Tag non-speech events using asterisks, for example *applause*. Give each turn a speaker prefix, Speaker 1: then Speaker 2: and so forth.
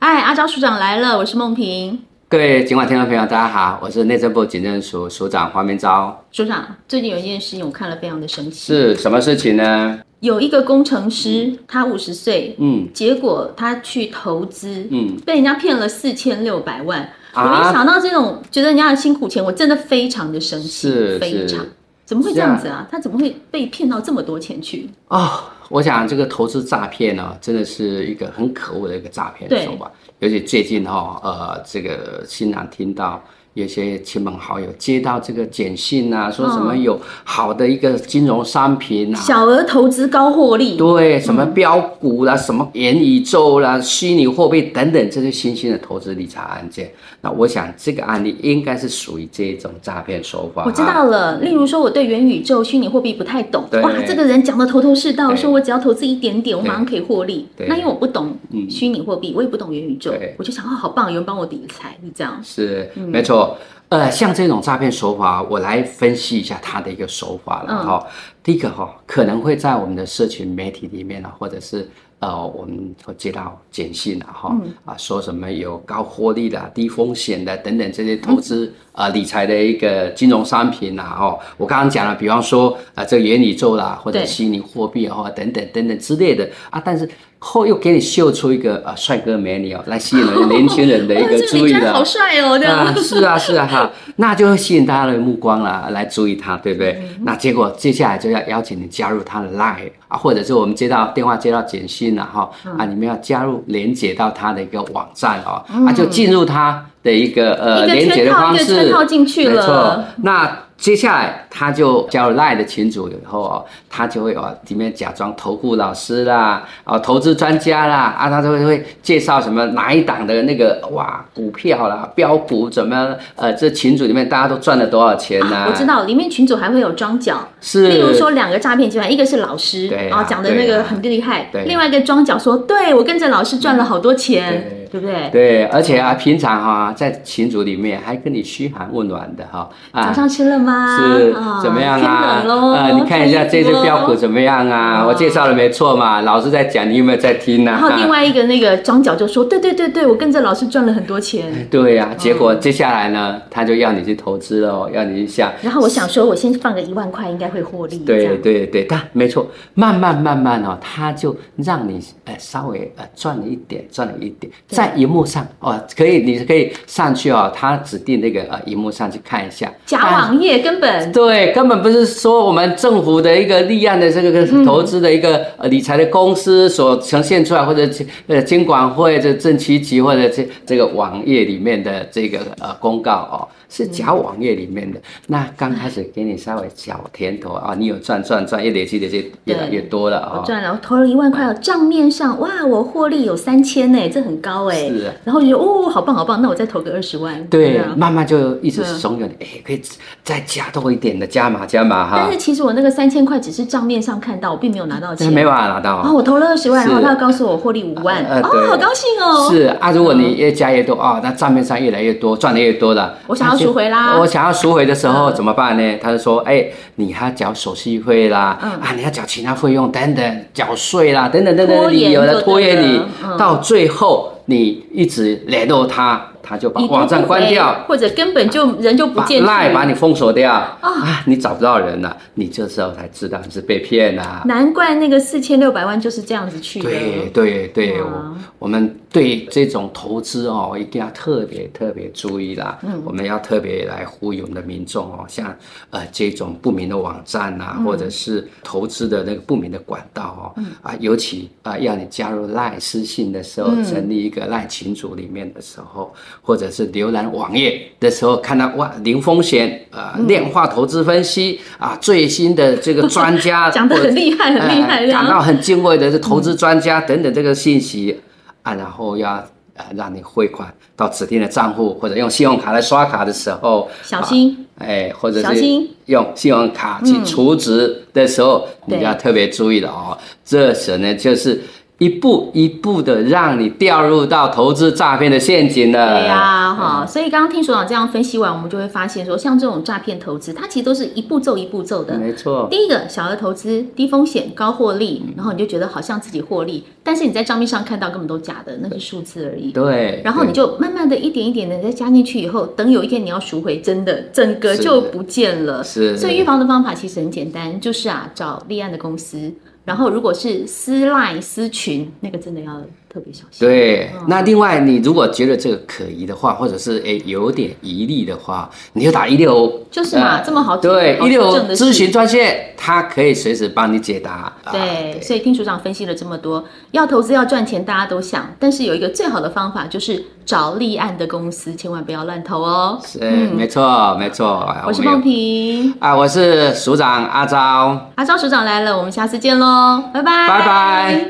Speaker 1: 哎，阿昭署长来了，我是梦萍。
Speaker 2: 各位警网听众朋友，大家好，我是内政部警政署署长黄明昭。
Speaker 1: 署长，最近有一件事情我看了非常的生气，
Speaker 2: 是什么事情呢？
Speaker 1: 有一个工程师，他五十岁，
Speaker 2: 嗯，
Speaker 1: 结果他去投资，
Speaker 2: 嗯，
Speaker 1: 被人家骗了四千六百万。我
Speaker 2: 啊
Speaker 1: 一想到这种觉得人家的辛苦钱，我真的非常的生气，
Speaker 2: 是
Speaker 1: 非
Speaker 2: 是
Speaker 1: 常。怎么会这
Speaker 2: 是啊
Speaker 1: 样子啊？他怎么会被骗到这么多钱去？
Speaker 2: 哦，我想这个投资诈骗呢、真的是一个很可恶的一个诈骗
Speaker 1: 对
Speaker 2: 手法。尤其最近哈、呃，这个经常听到有些亲朋好友接到这个简讯啊，说什么
Speaker 1: 嗯
Speaker 2: 有好的一个金融商品啊，
Speaker 1: 小额投资高获利，
Speaker 2: 对，什么标股啦、什么元宇宙啦、虚拟货币等等这些新兴的投资理财案件，那我想这个案例应该是属于这一种诈骗手法、
Speaker 1: 我知道，了，例如说我对元宇宙、虚拟货币不太懂，
Speaker 2: 啊对
Speaker 1: 哇，这个人讲的头头是道，
Speaker 2: 对
Speaker 1: 说我只要投资一点点，我马上可以获利。
Speaker 2: 对
Speaker 1: 那因为我不懂
Speaker 2: 嗯
Speaker 1: 虚拟货币，我也不懂元宇宙
Speaker 2: 对，
Speaker 1: 我就想，哦，好棒，有人帮我理财，是这样。
Speaker 2: 是、
Speaker 1: 嗯
Speaker 2: 没错。呃，像这种诈骗手法，我来分析一下它的一个手法
Speaker 1: 嗯
Speaker 2: 了哈、第一个哈、可能会在我们的社群媒体里面呢，啊或者是呃，我们会接到简讯了哈、
Speaker 1: 嗯
Speaker 2: 啊，说什么有高获利的、低风险的等等这
Speaker 1: 嗯
Speaker 2: 些投资、呃理财的一个金融商品啦、哈、我刚刚讲了，比方说啊、呃，这个元宇宙啦，或者
Speaker 1: 对
Speaker 2: 虚拟货币啊、哦，等等等等之类的啊，但是后又给你秀出一个呃帅哥美女哦，来吸引了
Speaker 1: *laughs*
Speaker 2: 年轻人的一个
Speaker 1: 哦哇这
Speaker 2: 注意
Speaker 1: 李真
Speaker 2: 的。
Speaker 1: 好帅哦，这
Speaker 2: 啊
Speaker 1: 样。，
Speaker 2: 是啊，是啊，哈，那就会吸引大家的目光啦，来注意他，对不对？
Speaker 1: 嗯
Speaker 2: 那结果接下来就要邀请你加入他的 Line 啊，或者是我们接到电话、接到简讯了哈，
Speaker 1: 嗯
Speaker 2: 啊，你们要加入连接到他的一个网站哦，啊，就进入他的一个呃
Speaker 1: 嗯一
Speaker 2: 连
Speaker 1: 个
Speaker 2: 接
Speaker 1: 圈
Speaker 2: 的
Speaker 1: 套，
Speaker 2: 方
Speaker 1: 一个
Speaker 2: 式，
Speaker 1: 圈套进去
Speaker 2: 没错
Speaker 1: 了。，
Speaker 2: 那接下来他就加入 Line 的群组以后哦，他就会哦里面假装投顾老师啦，哦投资专家啦，啊他就会会介绍什么哪一档的那个哇股票啦、标股怎么样？呃，这群组里面大家都赚了多少钱呢、
Speaker 1: 啊我知道，里面群主还会有装脚，
Speaker 2: 是，
Speaker 1: 例如说两个诈骗集团，一个是老师，
Speaker 2: 对啊
Speaker 1: 然后讲的那
Speaker 2: 对
Speaker 1: 个
Speaker 2: 啊
Speaker 1: 很厉害，
Speaker 2: 对
Speaker 1: 另外一个装脚说，对我跟着老师赚了好多钱对
Speaker 2: 对，
Speaker 1: 不对？
Speaker 2: 对，而且啊平常哈、在群组里面还跟你嘘寒问暖的哈、啊
Speaker 1: 早上吃了吗？
Speaker 2: 是
Speaker 1: 啊
Speaker 2: 怎么样啊
Speaker 1: 天冷？喽，
Speaker 2: 呃你看一下这只标
Speaker 1: 穿衣服
Speaker 2: 股
Speaker 1: 咯。
Speaker 2: 怎么样啊？我介绍的没错嘛，老师在讲，你有没有在听呢、
Speaker 1: 然后另外一个那个庄脚就说：“对对对对，我跟着老师赚了很多钱。
Speaker 2: 对呀、结果接下来呢，他就要你去投资了哦，要你去下。”
Speaker 1: 然后我想说，我先放个一万块，应该会获利。这
Speaker 2: 对
Speaker 1: 样，
Speaker 2: 对对，但没错，慢慢慢慢哦，他就让你呃稍微呃赚了一点，赚了一点，
Speaker 1: 对
Speaker 2: 在荧幕上哦，可以，你可以上去哦，他指定那个呃荧幕上去看一下。
Speaker 1: 假
Speaker 2: 但
Speaker 1: 网页根本
Speaker 2: 对，根本不是说我们政府的一个立案的这个投资的一个呃理财的公司所呈现出来，或者监呃监管会这政企局或者这这个呃哦网页里面的这个呃公告哦，是假网页里面的。那刚开始给你稍微小甜头啊，你有赚赚赚，越累积的就越来越多了
Speaker 1: 我
Speaker 2: 哦。
Speaker 1: 赚了，我投了一万块，账面上哇，我获利有三千呢，这很高哎。
Speaker 2: 是啊
Speaker 1: 然后就觉得哦，好棒好棒，那我再投个二十万。
Speaker 2: 对
Speaker 1: 这，样
Speaker 2: 慢慢就一直
Speaker 1: 嗯
Speaker 2: 怂恿你，哎，可以再加多一点的，加码加码哈
Speaker 1: 但。是其实我那个三千块只是账面上看到，我并没有拿到
Speaker 2: 但
Speaker 1: 钱。
Speaker 2: 是 *laughs* 没办法拿到哦
Speaker 1: 然后我投了二十万，
Speaker 2: 是
Speaker 1: 然后他要告诉我获利五万，
Speaker 2: 呃呃
Speaker 1: 哦，
Speaker 2: 对
Speaker 1: 好高兴哦。嗯
Speaker 2: 是啊，如果你越加越多啊、哦那账面上越来越多，赚的越多了。
Speaker 1: 我想要
Speaker 2: 那就
Speaker 1: 赎回啦
Speaker 2: 我想要赎回的时候
Speaker 1: 嗯
Speaker 2: 怎么办呢？他就说，哎、你还要缴手续费啦，
Speaker 1: 嗯
Speaker 2: 啊，你要缴其他费用等等，缴税啦，等等等等
Speaker 1: 拖
Speaker 2: 的
Speaker 1: 延
Speaker 2: 理由
Speaker 1: 就
Speaker 2: 来拖
Speaker 1: 对
Speaker 2: 延你
Speaker 1: 了，嗯
Speaker 2: 到最后你一直联络他，他就把
Speaker 1: 已读
Speaker 2: 网站
Speaker 1: 不
Speaker 2: 关
Speaker 1: 回
Speaker 2: 掉，，
Speaker 1: 或者根本就人就不
Speaker 2: 把
Speaker 1: 见去。
Speaker 2: 赖把你封锁掉、啊，你找不到人了，你这时候才知道你是被骗啊啦、
Speaker 1: 难怪那个四千六百万就是这样子去的。嗯
Speaker 2: 对对对，
Speaker 1: 哇
Speaker 2: 我我们对这种投资哦，一定要特别特别注意啦。嗯，我们要特别来呼吁我们的民众哦，像呃这种不明的网站呐、
Speaker 1: 嗯
Speaker 2: 或者是投资的那个不明的管道哦，啊，尤其啊、要你加入赖私信的时候，
Speaker 1: 嗯
Speaker 2: 成立一个赖群组里面的时候，或者是浏览网页的时候，看到哇零风险呃
Speaker 1: 嗯
Speaker 2: 量化投资分析啊最新的这个专
Speaker 1: *laughs*
Speaker 2: 家
Speaker 1: 讲得很厉害很厉害这
Speaker 2: 呃
Speaker 1: 样
Speaker 2: 感到很敬畏的是投资专家等等这个信
Speaker 1: 嗯
Speaker 2: 息啊，然后要呃让你汇款到指定的账户，或者用信用卡来刷卡的时候，
Speaker 1: 小心
Speaker 2: 啊，哎、或者
Speaker 1: 小
Speaker 2: 是
Speaker 1: 心
Speaker 2: 用信用卡去储值的时候，
Speaker 1: 嗯对
Speaker 2: 你就要特别注意了哦。这时候呢，就是一步一步的让你掉入到投资诈骗的陷阱了。
Speaker 1: 对呀、
Speaker 2: 嗯
Speaker 1: 哈、所以刚刚听所长这样分析完，我们就会发现说，像这种诈骗投资，它其实都是一步骤一步骤的。
Speaker 2: 没错，嗯
Speaker 1: 第一个小额投资，低风险高获利，然后你就觉得好像自己获利，但是你在账面上看到根本都假的，那是数字而已。
Speaker 2: 对。
Speaker 1: 然后你
Speaker 2: 对
Speaker 1: 就慢慢的一点一点的再加进去以后，等有一天你要赎回，真的整个
Speaker 2: 是
Speaker 1: 就不见了。
Speaker 2: 是
Speaker 1: 所以预防的方法其实很简单，就是啊找立案的公司，然后如果是私赖私群，那个真的要特别小心。
Speaker 2: 对，那另外你如果觉得这个可疑的话，或者是诶有点疑虑的话，你就打一六五，
Speaker 1: 就是嘛，
Speaker 2: 呃
Speaker 1: 这么好
Speaker 2: 对
Speaker 1: 好
Speaker 2: 一六
Speaker 1: 纠正的
Speaker 2: 咨
Speaker 1: 事
Speaker 2: 询专线，它可以随时帮你解答。啊
Speaker 1: 对，所以听署长分析了这么多，要投资要赚钱，大家都想，但是有一个最好的方法就是找立案的公司，千万不要乱投哦。
Speaker 2: 是、没错没错。啊
Speaker 1: 嗯我是
Speaker 2: 们有
Speaker 1: 梦萍，
Speaker 2: 啊，我是署长阿昭，
Speaker 1: 阿昭署长来了，我们下次见喽，拜拜，
Speaker 2: 拜拜。